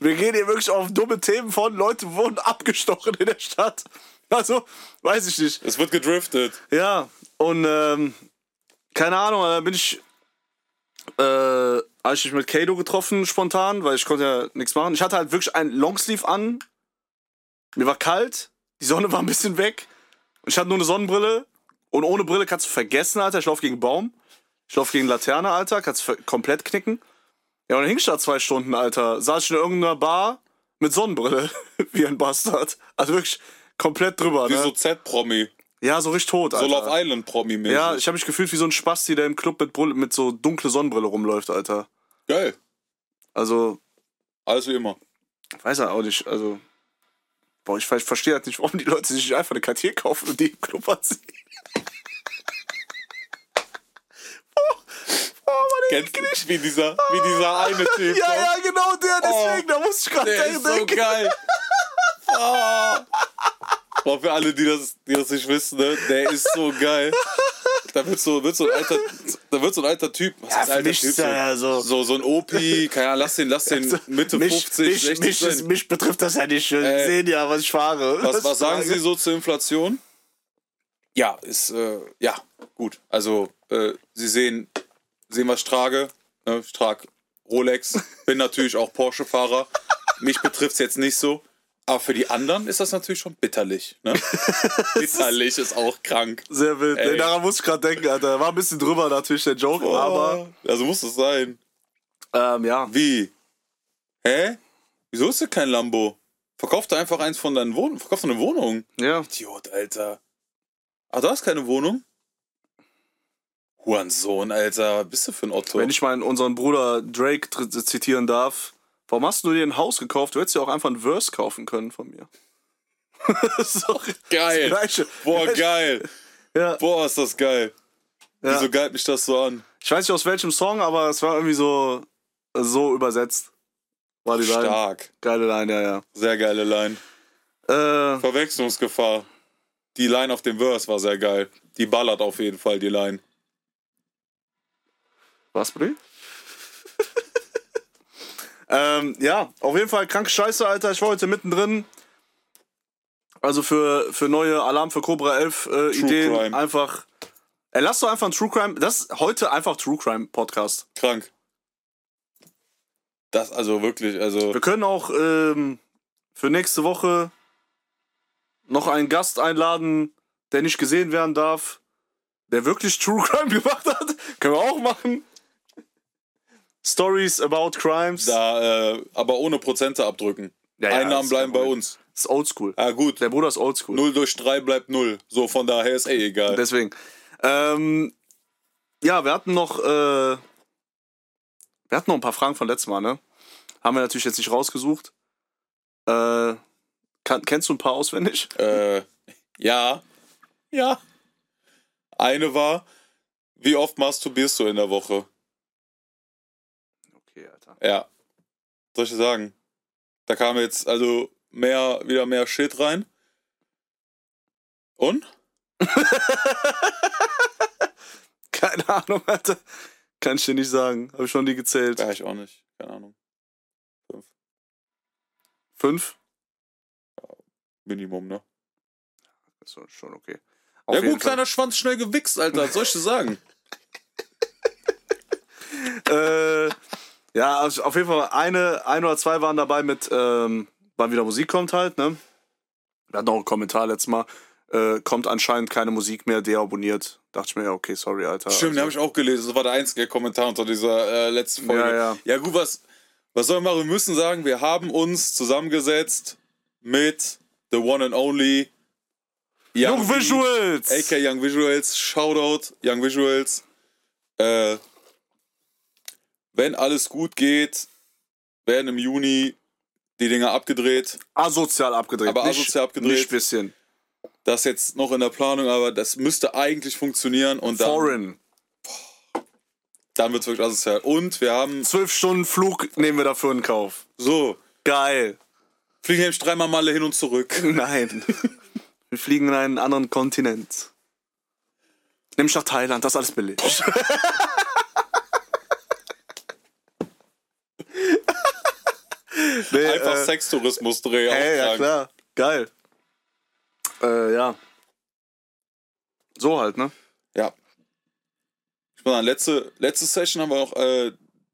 [SPEAKER 3] Wir gehen hier wirklich auf dumme Themen von, Leute wurden abgestochen in der Stadt. Also, weiß ich nicht.
[SPEAKER 4] Es wird gedriftet.
[SPEAKER 3] Ja, und ähm, keine Ahnung, da bin ich. Äh, hab ich mich mit Kato getroffen, spontan, weil ich konnte ja nichts machen. Ich hatte halt wirklich einen Longsleeve an. Mir war kalt, die Sonne war ein bisschen weg. Und ich hatte nur eine Sonnenbrille. Und ohne Brille kannst du vergessen, Alter. Ich lauf gegen einen Baum. Ich lauf gegen eine Laterne, Alter. Kannst ver- komplett knicken. Ja, und dann hing ich da zwei Stunden, Alter. Saß ich in irgendeiner Bar mit Sonnenbrille. Wie ein Bastard. Also wirklich komplett drüber,
[SPEAKER 4] Wie
[SPEAKER 3] ne?
[SPEAKER 4] so Z-Promi.
[SPEAKER 3] ja, so richtig tot,
[SPEAKER 4] So
[SPEAKER 3] Alter.
[SPEAKER 4] Love Island-Promi-mäßig.
[SPEAKER 3] Ja, ich habe mich gefühlt wie so ein Spasti, der im Club mit, Brille, mit so dunkle Sonnenbrille rumläuft, Alter.
[SPEAKER 4] Geil.
[SPEAKER 3] Also,
[SPEAKER 4] Alles wie immer.
[SPEAKER 3] weiß er auch nicht. Also, boah, ich, ver- ich verstehe halt nicht, warum die Leute sich nicht einfach eine Cartier kaufen und die im Club anziehen. oh, oh, Mann,
[SPEAKER 4] Kennst du nicht, wie dieser, wie dieser eine
[SPEAKER 3] ey.
[SPEAKER 4] Typ?
[SPEAKER 3] ja,
[SPEAKER 4] ne?
[SPEAKER 3] ja, genau der, deswegen,
[SPEAKER 4] Oh,
[SPEAKER 3] da muss ich gerade
[SPEAKER 4] Der ist
[SPEAKER 3] dran
[SPEAKER 4] so
[SPEAKER 3] denken.
[SPEAKER 4] geil. Ah. Boah, für alle, die das, die das nicht wissen, ne? der ist so geil. Da wird so, wird so, ein, alter, da wird so ein alter Typ. Was
[SPEAKER 3] Ja,
[SPEAKER 4] heißt alter
[SPEAKER 3] mich
[SPEAKER 4] Typ?
[SPEAKER 3] ist er ja so. Also
[SPEAKER 4] so, so ein Opi, keine Ahnung, lass den, lass den Mitte
[SPEAKER 3] mich,
[SPEAKER 4] 50,
[SPEAKER 3] mich,
[SPEAKER 4] 60
[SPEAKER 3] mich,
[SPEAKER 4] sein.
[SPEAKER 3] ist, mich betrifft das ja nicht schön.
[SPEAKER 4] Äh,
[SPEAKER 3] Sehen ja, was ich fahre.
[SPEAKER 4] Was, was sagen Sie so zur Inflation? Ja, ist, äh, ja, gut. Also, äh, Sie sehen, sehen, was ich trage. Ne? Ich trage Rolex, bin natürlich auch Porsche-Fahrer. Mich betrifft es jetzt nicht so. Aber für die anderen ist das natürlich schon bitterlich. Ne? bitterlich ist auch krank.
[SPEAKER 3] Sehr wild.
[SPEAKER 4] Ey.
[SPEAKER 3] Nee, daran muss ich gerade denken, Alter. War ein bisschen drüber natürlich der Joke, aber
[SPEAKER 4] Aber, also muss es sein.
[SPEAKER 3] ähm, ja.
[SPEAKER 4] Wie? Hä? Wieso ist denn kein Lambo? Verkauf dir einfach eins von deinen Wohnungen. Verkauf eine Wohnung.
[SPEAKER 3] Ja.
[SPEAKER 4] Idiot, Alter. Ach, du hast keine Wohnung? Hurensohn, Alter. Was bist du für ein Otto?
[SPEAKER 3] Wenn ich meinen unseren Bruder Drake tr- zitieren darf, warum hast du dir ein Haus gekauft? Du hättest ja auch einfach ein Verse kaufen können von mir. Sorry.
[SPEAKER 4] Geil.
[SPEAKER 3] Das Gleiche.
[SPEAKER 4] Boah, geil.
[SPEAKER 3] Ja.
[SPEAKER 4] Boah, ist das geil.
[SPEAKER 3] Ja.
[SPEAKER 4] Wieso geilt mich das so an?
[SPEAKER 3] Ich weiß nicht aus welchem Song, aber es war irgendwie so so übersetzt. War Ah, die Line.
[SPEAKER 4] Stark.
[SPEAKER 3] Geile Line, ja,
[SPEAKER 4] Sehr geile Line.
[SPEAKER 3] ja. Äh,
[SPEAKER 4] Verwechslungsgefahr. Die Line auf dem Verse war sehr geil. Die ballert auf jeden Fall, die Line.
[SPEAKER 3] was, Brie? ähm, ja, auf jeden Fall kranke Scheiße, Alter. Ich war heute mittendrin. Also für, für neue Alarm für Cobra 11 äh, Ideen
[SPEAKER 4] Crime.
[SPEAKER 3] einfach. Ey, lass doch einfach ein True Crime. Das ist heute einfach True Crime Podcast.
[SPEAKER 4] Krank. Das also wirklich, also.
[SPEAKER 3] Wir können auch ähm, für nächste Woche noch einen Gast einladen, der nicht gesehen werden darf, der wirklich True Crime gemacht hat. können wir auch machen. Stories about crimes.
[SPEAKER 4] Da, äh, aber ohne Prozente abdrücken.
[SPEAKER 3] Ja, ja,
[SPEAKER 4] Einnahmen
[SPEAKER 3] ist
[SPEAKER 4] bleiben bei
[SPEAKER 3] kein Problem.
[SPEAKER 4] uns.
[SPEAKER 3] ist oldschool.
[SPEAKER 4] Ah, gut.
[SPEAKER 3] Der Bruder ist oldschool.
[SPEAKER 4] 0 durch 3 bleibt 0. So, von daher ist eh egal.
[SPEAKER 3] Deswegen. Ähm, ja, wir hatten noch, äh, wir hatten noch ein paar Fragen von letztem Mal, ne? Haben wir natürlich jetzt nicht rausgesucht. Äh, kann, kennst du ein paar auswendig?
[SPEAKER 4] äh, ja. Ja. Eine war, wie oft masturbierst du in der Woche?
[SPEAKER 3] Okay, Alter.
[SPEAKER 4] Ja. Soll ich dir sagen? Da kam jetzt also mehr, wieder mehr Shit rein. Und?
[SPEAKER 3] Keine Ahnung, Alter. Kann ich dir nicht sagen. Habe ich schon die gezählt.
[SPEAKER 4] Ja, ich auch nicht. Keine Ahnung. Fünf.
[SPEAKER 3] Fünf?
[SPEAKER 4] Minimum, ne?
[SPEAKER 3] Ist schon- schon okay. Auf
[SPEAKER 4] Ja,
[SPEAKER 3] jeden
[SPEAKER 4] gut, kleiner Schwanz schnell gewichst, Alter. Was Soll ich dir sagen?
[SPEAKER 3] äh, ja, also auf jeden Fall eine, ein oder zwei waren dabei mit, ähm, wann wieder Musik kommt halt, ne? Wir hatten auch einen Kommentar letztes Mal. Äh, kommt anscheinend keine Musik mehr, deabonniert. Dachte ich mir, ja, okay, sorry, Alter. Also
[SPEAKER 4] Stimmt, den habe ich auch gelesen. Das war der einzige Kommentar unter dieser äh, letzten Folge.
[SPEAKER 3] Ja, ja.
[SPEAKER 4] gut, was, was soll man machen? Wir müssen sagen, wir haben uns zusammengesetzt mit The One and Only Young,
[SPEAKER 3] Jung Visuals!
[SPEAKER 4] AK Young Visuals. Shoutout Young Visuals. Äh, wenn alles gut geht, werden im Juni die Dinger abgedreht.
[SPEAKER 3] Asozial abgedreht.
[SPEAKER 4] Aber asozial abgedreht.
[SPEAKER 3] Nicht bisschen.
[SPEAKER 4] Das jetzt noch in der Planung, aber das müsste eigentlich funktionieren. Und dann,
[SPEAKER 3] Foreign.
[SPEAKER 4] dann wird es wirklich asozial. Und wir haben
[SPEAKER 3] Zwölf Stunden Flug nehmen wir dafür in Kauf.
[SPEAKER 4] so.
[SPEAKER 3] Geil.
[SPEAKER 4] Fliegen nämlich dreimal Male hin und zurück.
[SPEAKER 3] Nein. wir fliegen in einen anderen Kontinent. Nämlich nach Thailand, das ist alles billig. Nee,
[SPEAKER 4] Einfach
[SPEAKER 3] äh,
[SPEAKER 4] Sextourismus-Dreh
[SPEAKER 3] Ey, ja
[SPEAKER 4] auftragen.
[SPEAKER 3] klar. Geil. Äh, ja. So halt, ne?
[SPEAKER 4] Ja. Ich meine, letzte, letzte Session haben wir auch äh,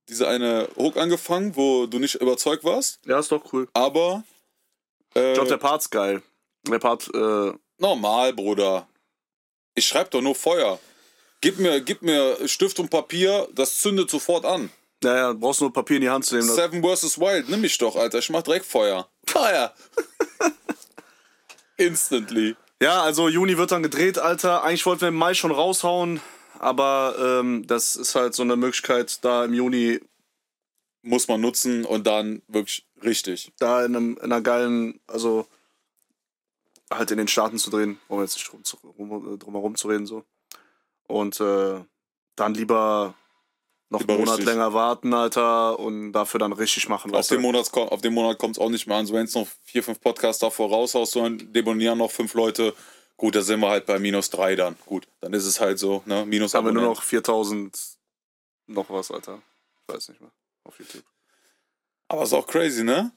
[SPEAKER 4] diese eine Hook angefangen, wo du nicht überzeugt warst,
[SPEAKER 3] Ja, ist doch cool.
[SPEAKER 4] aber äh,
[SPEAKER 3] Ich glaube, der Part's geil. Der Part, äh,
[SPEAKER 4] normal, Bruder. Ich schreib doch nur Feuer. Gib mir, gib mir Stift und Papier, das zündet sofort an.
[SPEAKER 3] naja, brauchst nur Papier in die Hand zu nehmen.
[SPEAKER 4] Seven vs. Wild, nimm mich doch, Alter. Ich mach direkt Feuer. Feuer! Instantly.
[SPEAKER 3] Ja, also Juni wird dann gedreht, Alter. Eigentlich wollten wir im Mai schon raushauen, aber ähm, das ist halt so eine Möglichkeit, da im Juni,
[SPEAKER 4] Muss man nutzen und dann wirklich richtig.
[SPEAKER 3] da in, einem, in einer geilen, also halt in den Staaten zu drehen, um jetzt nicht drum, zu, rum, äh, drum herum zu reden so. Und äh, dann lieber noch
[SPEAKER 4] Lieber
[SPEAKER 3] einen Monat
[SPEAKER 4] richtig.
[SPEAKER 3] länger warten, Alter, und dafür dann richtig machen.
[SPEAKER 4] Auf
[SPEAKER 3] weißt du?
[SPEAKER 4] den, Monat, auf den Monat kommt es auch nicht mehr an. So, wenn es noch vier, fünf Podcasts davor raushaust, sondern debonieren noch fünf Leute. Gut, da sind wir halt bei minus drei dann. Gut, dann ist es halt so, ne? Minus
[SPEAKER 3] haben wir nur
[SPEAKER 4] Abonnenten.
[SPEAKER 3] noch 4000 noch was, Alter. Ich weiß nicht mehr. Auf YouTube.
[SPEAKER 4] Aber ist auch crazy, ne?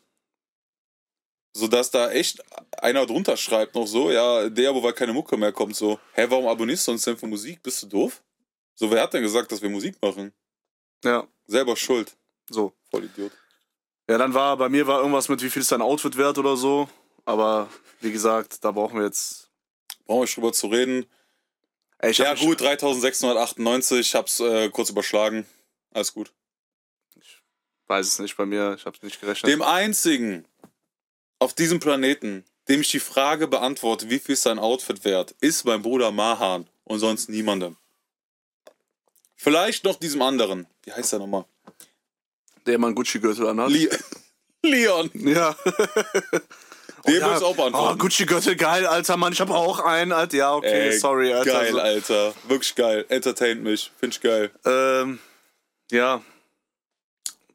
[SPEAKER 4] So dass da echt einer drunter schreibt noch so, ja, der, wo weil keine Mucke mehr kommt, so, hä, warum abonnierst du uns denn für Musik? Bist du doof? So, wer hat denn gesagt, dass wir Musik machen?
[SPEAKER 3] Ja,
[SPEAKER 4] Selber schuld.
[SPEAKER 3] so.
[SPEAKER 4] Voll Idiot.
[SPEAKER 3] Ja, dann war bei mir war irgendwas mit, wie viel ist dein Outfit wert oder so. Aber wie gesagt, da brauchen wir jetzt.
[SPEAKER 4] Brauchen wir nicht drüber zu reden.
[SPEAKER 3] Ey, ich
[SPEAKER 4] Ja,
[SPEAKER 3] hab mich-
[SPEAKER 4] gut, 3698, hab's äh, kurz überschlagen. Alles gut.
[SPEAKER 3] Weiß es nicht bei mir, ich hab's nicht gerechnet.
[SPEAKER 4] Dem einzigen auf diesem Planeten, dem ich die Frage beantworte, wie viel ist sein Outfit wert, ist mein Bruder Mahan und sonst niemandem. Vielleicht noch diesem anderen. Wie heißt er nochmal?
[SPEAKER 3] der immer einen Gucci-Gürtel anhat.
[SPEAKER 4] Le Leon.
[SPEAKER 3] ja.
[SPEAKER 4] Dem
[SPEAKER 3] ja.
[SPEAKER 4] muss auch
[SPEAKER 3] Oh,
[SPEAKER 4] beantworten.
[SPEAKER 3] Gucci-Gürtel, geil, Alter, Mann. Ich hab auch einen, Alter. Ja, okay,
[SPEAKER 4] Ey,
[SPEAKER 3] sorry, Alter. Also,
[SPEAKER 4] Geil, Alter. Wirklich geil. Entertaint mich. Find ich geil.
[SPEAKER 3] ähm, ja.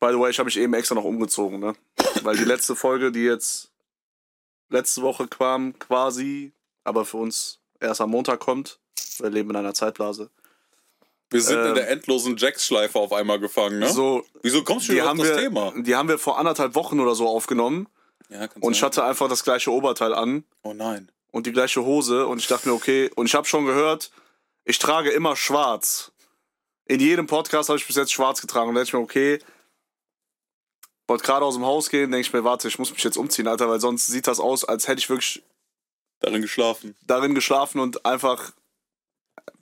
[SPEAKER 3] By the way, ich habe mich eben extra noch umgezogen, ne? Weil die letzte Folge, die jetzt letzte Woche kam, quasi, aber für uns erst am Montag kommt. Wir leben in einer Zeitblase.
[SPEAKER 4] Wir sind
[SPEAKER 3] Ähm.
[SPEAKER 4] in der endlosen Jackschleife auf einmal gefangen, ne?
[SPEAKER 3] So,
[SPEAKER 4] Wieso kommst du
[SPEAKER 3] die
[SPEAKER 4] überhaupt
[SPEAKER 3] haben,
[SPEAKER 4] auf
[SPEAKER 3] wir,
[SPEAKER 4] das Thema?
[SPEAKER 3] die haben wir vor anderthalb Wochen oder so aufgenommen
[SPEAKER 4] Ja, kann
[SPEAKER 3] und ich
[SPEAKER 4] sein.
[SPEAKER 3] hatte einfach das gleiche Oberteil an
[SPEAKER 4] Oh nein.
[SPEAKER 3] und die gleiche Hose und ich dachte mir, okay, und ich habe schon gehört, ich trage immer schwarz. In jedem Podcast habe ich bis jetzt schwarz getragen und da dachte ich mir, okay, wollte gerade aus dem Haus gehen, denke ich mir, warte, ich muss mich jetzt umziehen, Alter, weil sonst sieht das aus, als hätte ich wirklich
[SPEAKER 4] Darin geschlafen.
[SPEAKER 3] darin geschlafen und einfach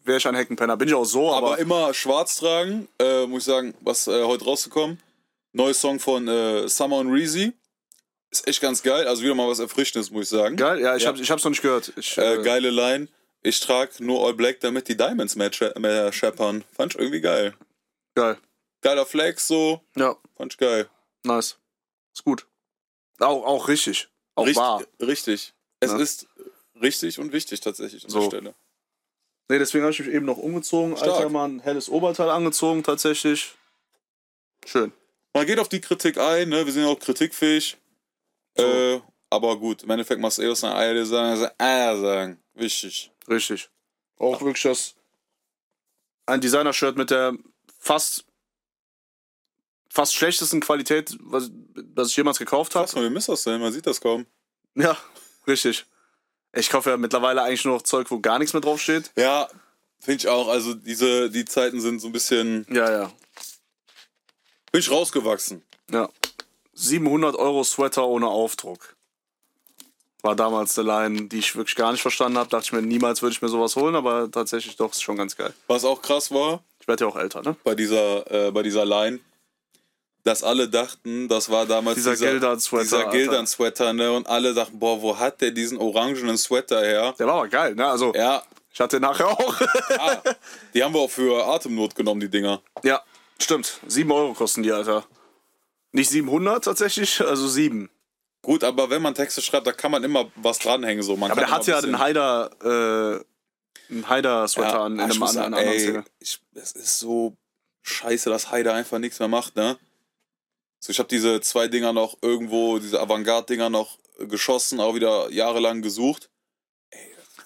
[SPEAKER 3] wäre ich ein Heckenpenner. Bin ich auch so,
[SPEAKER 4] Aber,
[SPEAKER 3] aber,
[SPEAKER 4] immer schwarz tragen, äh, muss ich sagen, was äh, heute rausgekommen. Neues Song von äh, Summer und Reezy. Ist echt ganz geil. Also wieder mal was Erfrischendes, muss ich sagen.
[SPEAKER 3] geil, ja, ich
[SPEAKER 4] Ja.
[SPEAKER 3] habe ich hab's noch nicht gehört. Ich,
[SPEAKER 4] Äh,
[SPEAKER 3] äh,
[SPEAKER 4] geile Line. Ich trage nur All Black, damit die Diamonds mehr, tra- mehr scheppern. Fand ich irgendwie geil.
[SPEAKER 3] geil.
[SPEAKER 4] Geiler Flex so.
[SPEAKER 3] Ja.
[SPEAKER 4] Fand ich geil.
[SPEAKER 3] Nice. Ist gut. Auch, auch richtig. Auch
[SPEAKER 4] Richt-
[SPEAKER 3] wahr.
[SPEAKER 4] Richtig. Es
[SPEAKER 3] Ja.
[SPEAKER 4] ist richtig und wichtig tatsächlich an
[SPEAKER 3] So.
[SPEAKER 4] der Stelle.
[SPEAKER 3] Nee, deswegen habe ich mich eben noch umgezogen.
[SPEAKER 4] Stark.
[SPEAKER 3] Alter, mal ein helles Oberteil angezogen, tatsächlich. Schön.
[SPEAKER 4] Man geht auf die Kritik ein, ne? wir sind ja auch kritikfähig.
[SPEAKER 3] So.
[SPEAKER 4] Äh, aber gut, im Endeffekt machst du eh aus einer Eile sagen, also, ah, sagen. Wichtig.
[SPEAKER 3] Richtig. Auch wirklich das. Ein Designer-Shirt mit der fast. fast schlechtesten Qualität, was, was ich jemals gekauft habe.
[SPEAKER 4] Lass mal, wir müssen das denn, man sieht das kaum.
[SPEAKER 3] Ja, richtig. Ich kaufe ja mittlerweile eigentlich nur noch Zeug, wo gar nichts mehr draufsteht.
[SPEAKER 4] Ja, finde ich auch. Also diese, die Zeiten sind so ein bisschen.
[SPEAKER 3] Ja, ja.
[SPEAKER 4] Bin ich rausgewachsen.
[SPEAKER 3] Ja. 700 Euro Sweater ohne Aufdruck. War damals eine Line, die ich wirklich gar nicht verstanden habe. Dachte ich mir, niemals würde ich mir sowas holen, aber tatsächlich doch, ist schon ganz geil.
[SPEAKER 4] Was auch krass war
[SPEAKER 3] Ich werde ja auch älter, ne?
[SPEAKER 4] bei dieser, äh, bei dieser Line, dass alle dachten, das war damals
[SPEAKER 3] Dieser Gildan-Sweater,
[SPEAKER 4] Dieser
[SPEAKER 3] Alter.
[SPEAKER 4] Gildan-Sweater, ne? Und alle dachten, boah, wo hat der diesen orangenen Sweater her?
[SPEAKER 3] Der war aber geil, ne? Also,
[SPEAKER 4] Ja,
[SPEAKER 3] ich hatte den nachher auch.
[SPEAKER 4] ah, die haben wir auch für Atemnot genommen, die Dinger.
[SPEAKER 3] ja, stimmt. 7 Euro kosten die, Alter. Nicht 700 tatsächlich, also 7.
[SPEAKER 4] Gut, aber wenn man Texte schreibt, da kann man immer was dranhängen. So. Man
[SPEAKER 3] Aber
[SPEAKER 4] kann
[SPEAKER 3] der hat
[SPEAKER 4] immer
[SPEAKER 3] ja
[SPEAKER 4] ein bisschen-
[SPEAKER 3] den Haider, äh, einen Haider-Sweater an in
[SPEAKER 4] ah, ich
[SPEAKER 3] einem
[SPEAKER 4] muss
[SPEAKER 3] anderen,
[SPEAKER 4] sagen,
[SPEAKER 3] anderen
[SPEAKER 4] ey,
[SPEAKER 3] Szene.
[SPEAKER 4] ich, es ist so scheiße, dass Heide einfach nichts mehr macht, ne? So, ich habe diese zwei Dinger noch irgendwo, diese Avantgarde-Dinger noch äh, geschossen, auch wieder jahrelang gesucht.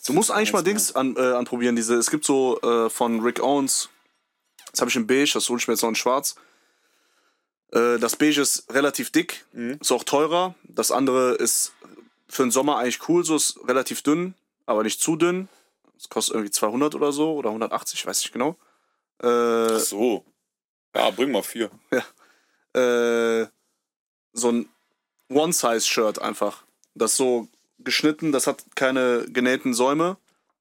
[SPEAKER 3] Du musst eigentlich mal Dings an, äh, anprobieren. Diese, es gibt so äh, von Rick Owens, das habe ich in beige, das hole ich mir jetzt noch in schwarz. Äh, das Beige ist relativ dick, ist auch teurer. Das andere ist für den Sommer eigentlich cool, so ist relativ dünn, aber nicht zu dünn. Es kostet irgendwie 200 oder so oder 180, weiß ich genau. Äh,
[SPEAKER 4] Ach so. Ja, bring mal vier.
[SPEAKER 3] äh, so ein One-Size-Shirt einfach. Das ist so geschnitten, das hat keine genähten Säume.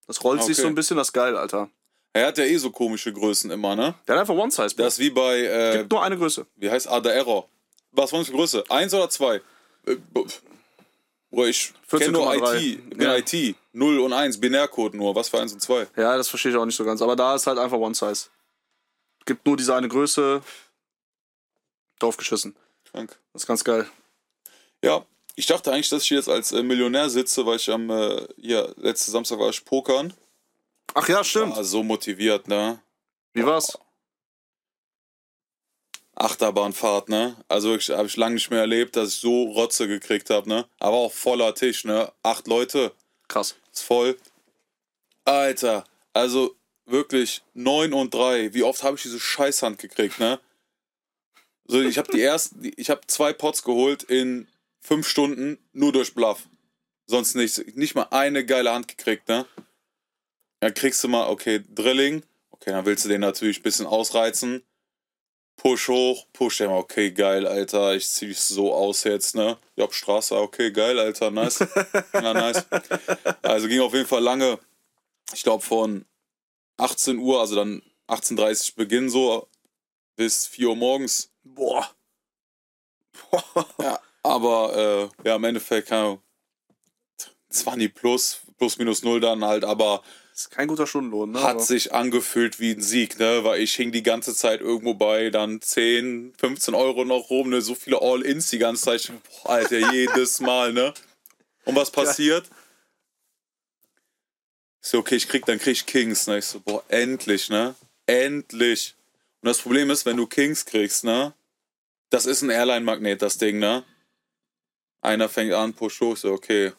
[SPEAKER 3] Das rollt sich
[SPEAKER 4] Okay.
[SPEAKER 3] so ein bisschen, das ist geil, Alter.
[SPEAKER 4] Er hat ja eh so komische Größen immer, ne?
[SPEAKER 3] Der hat einfach One-Size.
[SPEAKER 4] Das ist wie bei, äh,
[SPEAKER 3] gibt nur eine Größe.
[SPEAKER 4] wie heißt Ada Error? Was war das für Größe? Eins oder zwei? Äh, b- Bro, ich kenne nur
[SPEAKER 3] 14,3.
[SPEAKER 4] IT. Ich bin
[SPEAKER 3] Ja.
[SPEAKER 4] IT. 0 und 1, Binärcode nur. Was für 1 und 2?
[SPEAKER 3] Ja, das verstehe ich auch nicht so ganz. Aber da ist halt einfach One Size. Gibt nur diese eine Größe. Drauf geschissen.
[SPEAKER 4] Krank.
[SPEAKER 3] Das ist ganz geil.
[SPEAKER 4] Ja, ich dachte eigentlich, dass ich hier jetzt als äh, Millionär sitze, weil ich am, äh, ja, letzten Samstag war ich pokern.
[SPEAKER 3] Ach ja, stimmt.
[SPEAKER 4] Ah, so motiviert, ne?
[SPEAKER 3] Wie war's?
[SPEAKER 4] Achterbahnfahrt, ne? Also wirklich, habe ich lange nicht mehr erlebt, dass ich so Rotze gekriegt habe, ne? Aber auch voller Tisch, ne? Acht Leute,
[SPEAKER 3] Krass.
[SPEAKER 4] ist voll. Alter, also wirklich neun und drei. Wie oft habe ich diese Scheißhand gekriegt, ne? So, ich habe die ersten, die- ich habe zwei Pots geholt in fünf Stunden, nur durch Bluff. Sonst nichts. Nicht mal eine geile Hand gekriegt, ne? Dann kriegst du mal, okay, Drilling. Okay, dann willst du den natürlich ein bisschen ausreizen. Push hoch, push den mal, okay, geil, Alter. Ich zieh dich so aus jetzt, ne? Job Straße, okay, geil, Alter, nice. Na, nice. Also ging auf jeden Fall lange. Ich glaube von 18 Uhr, also dann 18.30 Uhr Beginn so, bis 4 Uhr morgens.
[SPEAKER 3] Boah.
[SPEAKER 4] Ja, aber äh, ja, im Endeffekt, keine Ahnung, 20 plus, plus minus null dann halt, aber
[SPEAKER 3] Ist kein guter Stundenlohn, ne?
[SPEAKER 4] hat
[SPEAKER 3] Aber-
[SPEAKER 4] sich angefühlt wie ein Sieg, ne? Weil ich hing die ganze Zeit irgendwo bei dann 10, 15 Euro noch rum, ne? So viele All-Ins die ganze Zeit. Boah, Alter, jedes Mal, ne? Und was passiert? Ich so, okay, ich krieg, dann krieg ich Kings, ne? Ich so, boah, endlich, ne? Endlich. Und das Problem ist, wenn du Kings kriegst, ne? Das ist ein Airline-Magnet, das Ding, ne? Einer fängt an, push hoch, so, okay.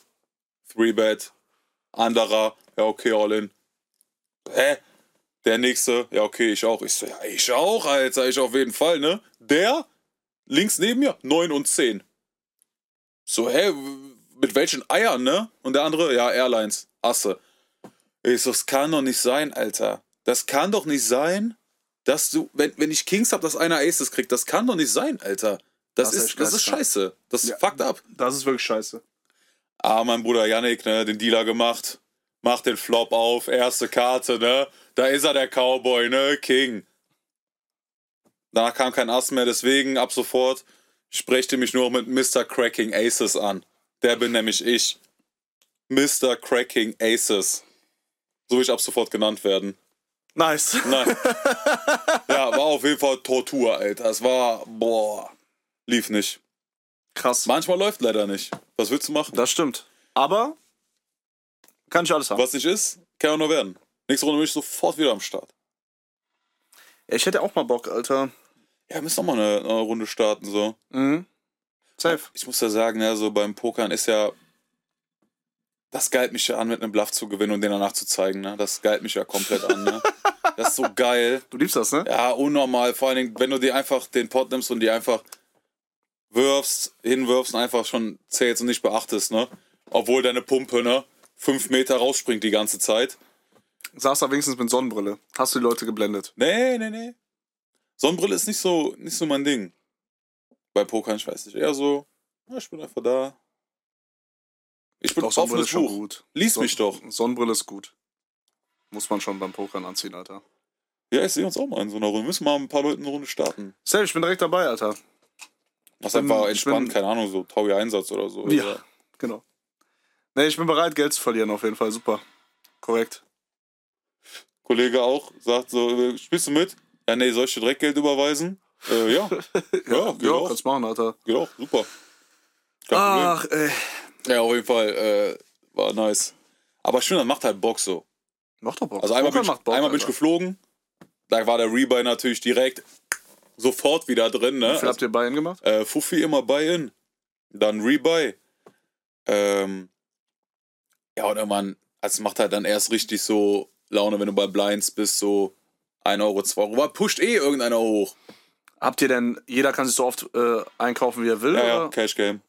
[SPEAKER 4] Three-Bet. Anderer, ja, okay, all in. Hä? Der nächste, ja, okay, ich auch. Ich so, ja, ich auch, Alter, ich auf jeden Fall, ne? Der, links neben mir, 9 und 10. So, hä, w- mit welchen Eiern, ne? Und der andere, ja, Airlines, Asse. Ich so, das kann doch nicht sein, Alter. Das kann doch nicht sein, dass du, wenn, wenn ich Kings hab, dass einer Aces kriegt. Das kann doch nicht sein, Alter.
[SPEAKER 3] Das
[SPEAKER 4] Das,
[SPEAKER 3] ist
[SPEAKER 4] ist,
[SPEAKER 3] echt
[SPEAKER 4] das ist
[SPEAKER 3] geisteskrank.
[SPEAKER 4] scheiße. Das ist
[SPEAKER 3] Ja.
[SPEAKER 4] fucked up.
[SPEAKER 3] Das ist wirklich scheiße.
[SPEAKER 4] Ah, mein Bruder Yannick, ne, den Dealer gemacht. Macht den Flop auf, erste Karte, ne? Da ist er der Cowboy, ne? King. Danach kam kein Ass mehr, deswegen ab sofort sprechte mich nur mit Mr. Cracking Aces an. Der bin nämlich ich. Mr. Cracking Aces. So will ich ab sofort genannt werden.
[SPEAKER 3] Nice.
[SPEAKER 4] Nein. ja, war auf jeden Fall Tortur, Alter. Es war, boah, lief nicht.
[SPEAKER 3] Krass.
[SPEAKER 4] Manchmal läuft leider nicht. Was willst du machen?
[SPEAKER 3] Das stimmt. Aber kann ich alles haben.
[SPEAKER 4] Was nicht ist, kann auch nur werden. Nächste Runde bin ich sofort wieder am Start.
[SPEAKER 3] Ich hätte auch mal Bock, Alter.
[SPEAKER 4] Ja, wir müssen nochmal eine, eine Runde starten, so.
[SPEAKER 3] Mhm. Safe.
[SPEAKER 4] Ich muss ja sagen, ja, so beim Pokern ist ja. Das geilt mich ja an, mit einem Bluff zu gewinnen und den danach zu zeigen, ne? Das geilt mich ja komplett an, ne? Das ist so geil.
[SPEAKER 3] Du liebst das, ne?
[SPEAKER 4] Ja, unnormal. Vor allen Dingen, wenn du dir einfach den Pot nimmst und die einfach wirfst, hinwirfst und einfach schon zählst und nicht beachtest, ne? Obwohl deine Pumpe, ne? Fünf Meter rausspringt die ganze Zeit.
[SPEAKER 3] Saß da wenigstens mit Sonnenbrille. Hast du die Leute geblendet?
[SPEAKER 4] Nee, nee, nee. Sonnenbrille ist nicht so, nicht so mein Ding. Bei Pokern, ich weiß nicht, eher so, na, ich bin einfach da. Ich bin offenes Buch.
[SPEAKER 3] gut.
[SPEAKER 4] Lies
[SPEAKER 3] Son-
[SPEAKER 4] mich doch.
[SPEAKER 3] Sonnenbrille ist gut. Muss man schon beim Pokern anziehen, Alter.
[SPEAKER 4] Ja, ich sehe uns auch mal in so einer Runde. Wir müssen mal ein paar Leute eine Runde starten.
[SPEAKER 3] Safe, ich bin direkt dabei, Alter.
[SPEAKER 4] Mach's
[SPEAKER 3] bin-
[SPEAKER 4] einfach
[SPEAKER 3] ich
[SPEAKER 4] entspannt,
[SPEAKER 3] bin-
[SPEAKER 4] keine Ahnung, so Taui Einsatz oder so.
[SPEAKER 3] Ja,
[SPEAKER 4] Oder-
[SPEAKER 3] genau. Nee, ich bin bereit, Geld zu verlieren, auf jeden Fall. Super. Korrekt.
[SPEAKER 4] Kollege auch sagt so, äh, spielst du mit? Ja, nee, soll ich dir direkt Geld überweisen? Äh, ja. ja, geht
[SPEAKER 3] Ja,
[SPEAKER 4] auch.
[SPEAKER 3] kannst machen, Alter.
[SPEAKER 4] Geht auch, super. Kein Problem.
[SPEAKER 3] Ach, ey.
[SPEAKER 4] Ja, auf jeden Fall, äh, war nice. Aber schön, das macht halt Bock so.
[SPEAKER 3] Macht doch Bock.
[SPEAKER 4] Also einmal, bin
[SPEAKER 3] Pokern
[SPEAKER 4] ich,
[SPEAKER 3] macht Bock,
[SPEAKER 4] einmal bin ich
[SPEAKER 3] Alter.
[SPEAKER 4] geflogen, da war der Rebuy natürlich direkt sofort wieder drin. Ne?
[SPEAKER 3] Wie viel habt ihr Bayern gemacht?
[SPEAKER 4] äh, Fuffi immer Buy-in, dann Rebuy. Ähm, ja, und irgendwann, also es macht halt dann erst richtig so Laune, wenn du bei Blinds bist, so 1 Euro, 2 Euro. Aber pusht eh irgendeiner hoch.
[SPEAKER 3] Habt ihr denn, jeder kann sich so oft äh, einkaufen, wie er will?
[SPEAKER 4] Ja, ja,
[SPEAKER 3] oder?
[SPEAKER 4] Cash Game.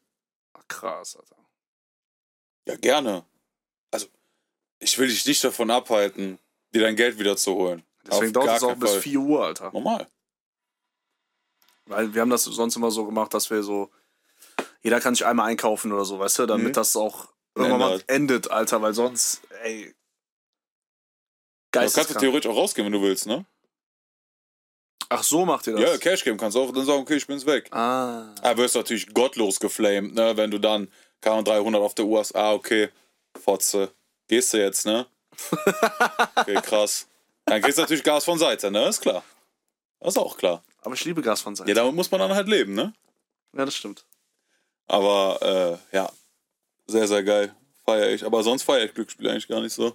[SPEAKER 3] Ach, krass, Alter.
[SPEAKER 4] Ja, gerne. Also, ich will dich nicht davon abhalten, dir dein Geld wiederzuholen.
[SPEAKER 3] Deswegen
[SPEAKER 4] Auf
[SPEAKER 3] dauert
[SPEAKER 4] gar
[SPEAKER 3] es auch
[SPEAKER 4] keinen
[SPEAKER 3] bis
[SPEAKER 4] Fall.
[SPEAKER 3] 4 Uhr, Alter.
[SPEAKER 4] Normal. Also,
[SPEAKER 3] Weil wir haben das sonst immer so gemacht, dass wir so, jeder kann sich einmal einkaufen oder so, weißt du, damit
[SPEAKER 4] Mhm.
[SPEAKER 3] das auch irgendwann mal
[SPEAKER 4] Ändert.
[SPEAKER 3] endet, Alter, weil sonst, ey.
[SPEAKER 4] Du kannst du
[SPEAKER 3] Geisteskrank.
[SPEAKER 4] theoretisch auch rausgehen, wenn du willst, ne?
[SPEAKER 3] Ach, so macht ihr das.
[SPEAKER 4] Ja, Cash Game kannst du auch dann sagen, okay, ich bin's weg.
[SPEAKER 3] Ah.
[SPEAKER 4] Aber wirst natürlich gottlos geflamed, ne? Wenn du dann, keine Ahnung, 300 auf der Uhr hast, ah, okay, Fotze, gehst du jetzt, ne? Okay, krass. Dann kriegst du natürlich Gas von Seite, ne? Ist klar. Das ist auch klar.
[SPEAKER 3] Aber ich liebe Gas von Seiten.
[SPEAKER 4] Ja, damit muss man dann halt leben, ne?
[SPEAKER 3] Ja, das stimmt.
[SPEAKER 4] Aber äh, ja, sehr, sehr geil. Feier ich. Aber sonst feier ich Glücksspiel eigentlich gar nicht so.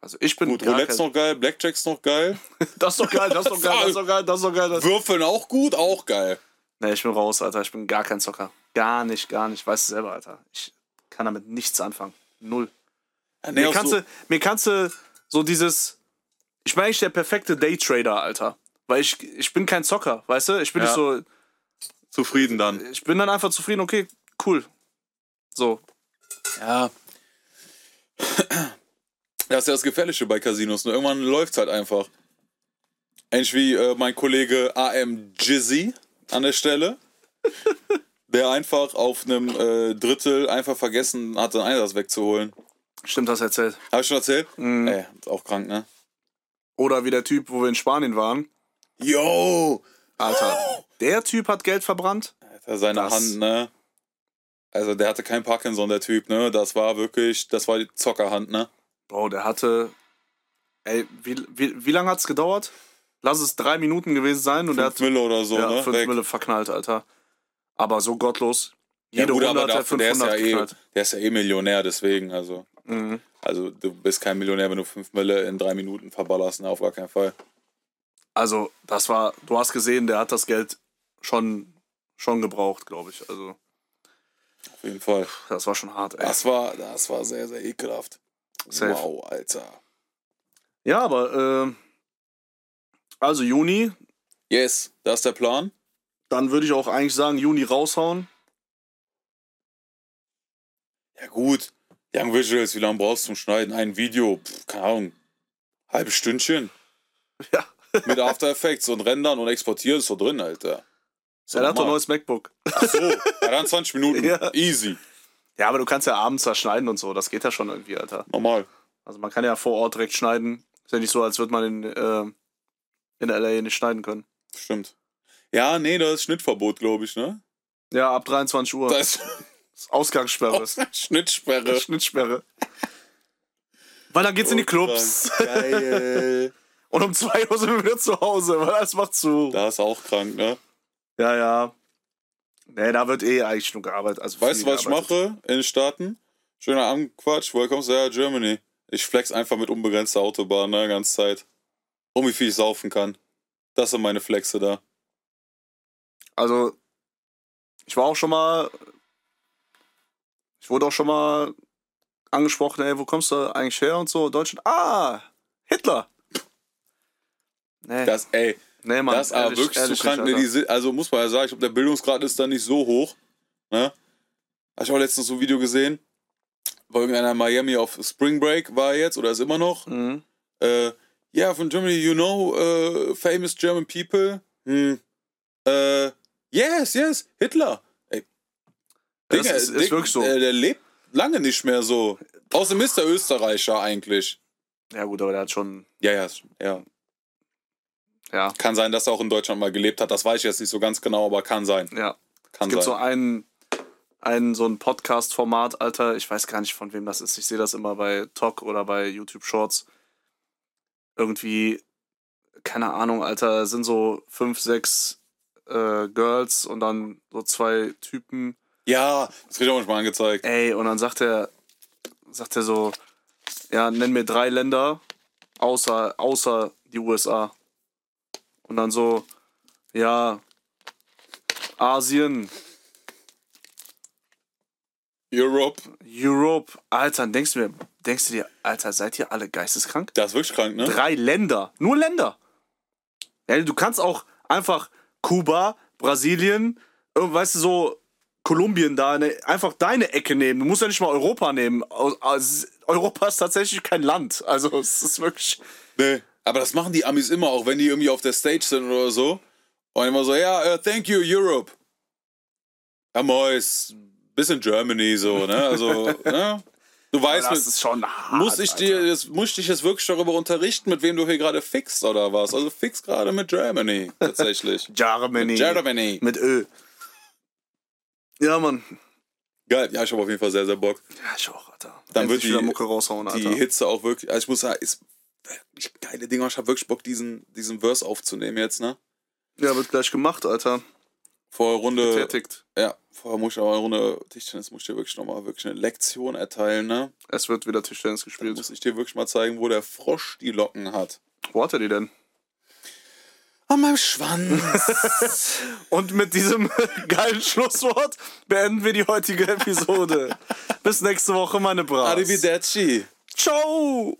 [SPEAKER 3] Also ich bin
[SPEAKER 4] Gut,
[SPEAKER 3] gar
[SPEAKER 4] Roulette's
[SPEAKER 3] kein-
[SPEAKER 4] noch geil, Blackjack's noch geil.
[SPEAKER 3] Das ist doch geil, das ist doch geil, das ist doch geil, das ist doch geil. Das...
[SPEAKER 4] Würfeln auch gut, auch geil.
[SPEAKER 3] Nee, ich bin raus, Alter. Ich bin gar kein Zocker. Gar nicht, gar nicht. Weißt du selber, Alter. Ich kann damit nichts anfangen. Null.
[SPEAKER 4] Ja, nee, also-
[SPEAKER 3] Mir
[SPEAKER 4] auch
[SPEAKER 3] kannst,
[SPEAKER 4] so-
[SPEAKER 3] du, mir kannst du so dieses. Ich bin eigentlich der perfekte Daytrader, Alter. Weil ich, ich bin kein Zocker, weißt du? Ich bin
[SPEAKER 4] Ja.
[SPEAKER 3] nicht so.
[SPEAKER 4] zufrieden dann.
[SPEAKER 3] Ich bin dann einfach zufrieden, okay, cool. So.
[SPEAKER 4] Ja. Ah. Das ist ja das Gefährliche bei Casinos. Nur irgendwann läuft es halt einfach. Ähnlich wie äh, mein Kollege AM Jizzy an der Stelle, der einfach auf einem äh, Drittel einfach vergessen hat, seinen Einsatz wegzuholen.
[SPEAKER 3] Stimmt, das erzählt.
[SPEAKER 4] Habe ich schon erzählt?
[SPEAKER 3] Mhm.
[SPEAKER 4] Ey, ist auch krank, ne?
[SPEAKER 3] Oder wie der Typ, wo wir in Spanien waren.
[SPEAKER 4] Yo!
[SPEAKER 3] Alter. Der Typ hat Geld verbrannt.
[SPEAKER 4] Alter, seine
[SPEAKER 3] Das-
[SPEAKER 4] Hand, ne? Also der hatte keinen Parkinson, der Typ, ne? Das war wirklich, das war die Zockerhand, ne?
[SPEAKER 3] Bro, der hatte. Ey, wie, wie, wie lange hat's gedauert? Lass es drei Minuten gewesen sein und er
[SPEAKER 4] Fünf
[SPEAKER 3] hat
[SPEAKER 4] Mille oder so,
[SPEAKER 3] ja,
[SPEAKER 4] ne?
[SPEAKER 3] fünf
[SPEAKER 4] Weg.
[SPEAKER 3] Mille verknallt, Alter. Aber so gottlos. Jede
[SPEAKER 4] ja, gut,
[SPEAKER 3] Runde
[SPEAKER 4] aber
[SPEAKER 3] hat er
[SPEAKER 4] dafür, der, ist
[SPEAKER 3] 500
[SPEAKER 4] ja eh,
[SPEAKER 3] geknallt.
[SPEAKER 4] der ist ja eh Millionär, deswegen, also.
[SPEAKER 3] Mhm.
[SPEAKER 4] Also, du bist kein Millionär, wenn du fünf Mille in drei Minuten verballerst, ne? Auf gar keinen Fall.
[SPEAKER 3] Also, das war, du hast gesehen, der hat das Geld schon, schon gebraucht, glaube ich. Also,
[SPEAKER 4] Auf jeden Fall.
[SPEAKER 3] das war schon hart, ey.
[SPEAKER 4] Das war, das war sehr, sehr ekelhaft.
[SPEAKER 3] Safe.
[SPEAKER 4] Wow, Alter.
[SPEAKER 3] Ja, aber, äh, also Juni,
[SPEAKER 4] Yes, das ist der Plan.
[SPEAKER 3] dann würde ich auch eigentlich sagen, Juni raushauen.
[SPEAKER 4] Ja, gut. Young Visuals, wie lange brauchst du zum Schneiden? Ein Video, pf, keine Ahnung. Halbes Stündchen.
[SPEAKER 3] Ja,
[SPEAKER 4] Mit After Effects und Rendern und Exportieren ist so drin, Alter. So
[SPEAKER 3] er hat doch ein
[SPEAKER 4] normal.
[SPEAKER 3] neues MacBook.
[SPEAKER 4] Ach so, ja, dann 20 Minuten.
[SPEAKER 3] Ja.
[SPEAKER 4] Easy.
[SPEAKER 3] Ja, aber du kannst ja abends da schneiden und so. Das geht ja schon irgendwie, Alter.
[SPEAKER 4] Normal.
[SPEAKER 3] Also man kann ja vor Ort direkt schneiden. Ist ja nicht so, als würde man in, äh, in LA nicht schneiden können.
[SPEAKER 4] Stimmt. Ja, nee, das ist Schnittverbot, glaube ich, ne?
[SPEAKER 3] Ja, ab 23 Uhr.
[SPEAKER 4] Da ist
[SPEAKER 3] ist Ausgangssperre. Ist
[SPEAKER 4] Schnittsperre.
[SPEAKER 3] Schnittsperre. Weil dann geht's in die Clubs.
[SPEAKER 4] Oh Geil.
[SPEAKER 3] Und um 2 Uhr sind wir wieder zu Hause, weil das macht zu.
[SPEAKER 4] Da ist auch krank, ne?
[SPEAKER 3] Ja, ja. Nee, da wird eh eigentlich nur gearbeitet. Also
[SPEAKER 4] Weißt du,
[SPEAKER 3] viel
[SPEAKER 4] was ich
[SPEAKER 3] gearbeitet.
[SPEAKER 4] mache in den Staaten? Schöner Abendquatsch, welcome to yeah, Germany. Ich flex einfach mit unbegrenzter Autobahn, ne, ganze Zeit. Um wie viel ich saufen kann. Das sind meine Flexe da.
[SPEAKER 3] Also, ich war auch schon mal. Ich wurde auch schon mal angesprochen, ey, wo kommst du eigentlich her und so? Deutschland. Ah! Hitler! Nee,
[SPEAKER 4] Das, ey,
[SPEAKER 3] nee Mann.
[SPEAKER 4] das ist aber
[SPEAKER 3] ehrlich-
[SPEAKER 4] wirklich
[SPEAKER 3] ehrlich
[SPEAKER 4] zu krank.
[SPEAKER 3] nicht,
[SPEAKER 4] ne, die, sind- also muss man ja sagen, ich glaube, der Bildungsgrad ist da nicht so hoch. Ne? Habe ich auch letztens so ein Video gesehen. War irgendeiner in Miami auf Spring Break war er jetzt oder ist immer noch.
[SPEAKER 3] Alter. Mhm.
[SPEAKER 4] äh, yeah, from Germany, you know, äh, famous German people. Hm. Äh, yes, yes, Hitler. Ey, äh,
[SPEAKER 3] Ja, das ist- ist wirklich so.
[SPEAKER 4] Der, der lebt lange nicht mehr so. Außerdem ist der Österreicher eigentlich.
[SPEAKER 3] Ja, gut, aber der hat schon.
[SPEAKER 4] Ja, ja, ist- ja.
[SPEAKER 3] Ja,
[SPEAKER 4] Kann sein, dass er auch in Deutschland mal gelebt hat. Das weiß ich jetzt nicht so ganz genau, aber kann sein.
[SPEAKER 3] ja.
[SPEAKER 4] Kann
[SPEAKER 3] Es gibt so
[SPEAKER 4] sein.
[SPEAKER 3] einen, einen so ein Podcast-Format, Alter. Ich weiß gar nicht, von wem das ist. Ich sehe das immer bei Talk oder bei YouTube Shorts. Irgendwie, keine Ahnung, Alter, sind so fünf, sechs äh, Girls und dann so zwei Typen.
[SPEAKER 4] ja, das kriegt auch nicht mal angezeigt.
[SPEAKER 3] Ey, und dann sagt er, sagt er so, ja, nenn mir drei Länder außer, außer die USA. Und dann so, ja, Asien,
[SPEAKER 4] Europe.
[SPEAKER 3] Europe. Alter, dann denkst du mir, denkst du dir, Alter, seid ihr alle geisteskrank?
[SPEAKER 4] Das ist wirklich krank, ne?
[SPEAKER 3] Drei Länder, nur Länder. Ja, du kannst auch einfach Kuba, Brasilien, irgend- weißt du, so Kolumbien da, ne, einfach deine Ecke nehmen. Du musst ja nicht mal Europa nehmen. Aus- aus- Europa ist tatsächlich kein Land. Also es ist wirklich.
[SPEAKER 4] Nee. Aber das machen die Amis immer, auch wenn die irgendwie auf der Stage sind oder so. Und immer so, ja, äh, thank you, Europe. Amois, bisschen Germany, so, ne? Also, ne? Du weißt,
[SPEAKER 3] Das
[SPEAKER 4] mit,
[SPEAKER 3] ist schon hart.
[SPEAKER 4] muss ich dir,
[SPEAKER 3] Alter.
[SPEAKER 4] jetzt, muss ich dich jetzt wirklich darüber unterrichten, mit wem du hier gerade fixt oder was? Also fix gerade mit Germany, tatsächlich.
[SPEAKER 3] Germany.
[SPEAKER 4] Germany.
[SPEAKER 3] Mit Ö. Ja, Mann.
[SPEAKER 4] Geil, ja, ich habe auf jeden Fall sehr, sehr Bock.
[SPEAKER 3] Ja, ich auch, Alter.
[SPEAKER 4] Dann wird
[SPEAKER 3] Endlich wieder
[SPEAKER 4] die-
[SPEAKER 3] Mucke raushauen, Alter.
[SPEAKER 4] Die Hitze auch wirklich, also ich muss sagen, ist wirklich geile Dinger. Ich habe wirklich Bock, diesen, diesen Verse aufzunehmen jetzt, ne?
[SPEAKER 3] Ja, wird gleich gemacht, Alter.
[SPEAKER 4] Vor
[SPEAKER 3] Äh,
[SPEAKER 4] Runde,
[SPEAKER 3] Fertigt.
[SPEAKER 4] Ja, vorher muss ich aber eine Runde Tischtennis, muss ich dir wirklich nochmal wirklich eine Lektion erteilen, ne?
[SPEAKER 3] Es wird wieder Tischtennis
[SPEAKER 4] Dann
[SPEAKER 3] gespielt.
[SPEAKER 4] muss ich dir wirklich mal zeigen, wo der Frosch die Locken hat.
[SPEAKER 3] Wo hat er die denn?
[SPEAKER 4] An meinem Schwanz.
[SPEAKER 3] Und mit diesem geilen Schlusswort beenden wir die heutige Episode. Bis nächste Woche, meine Bras.
[SPEAKER 4] Arrivederci.
[SPEAKER 3] Ciao!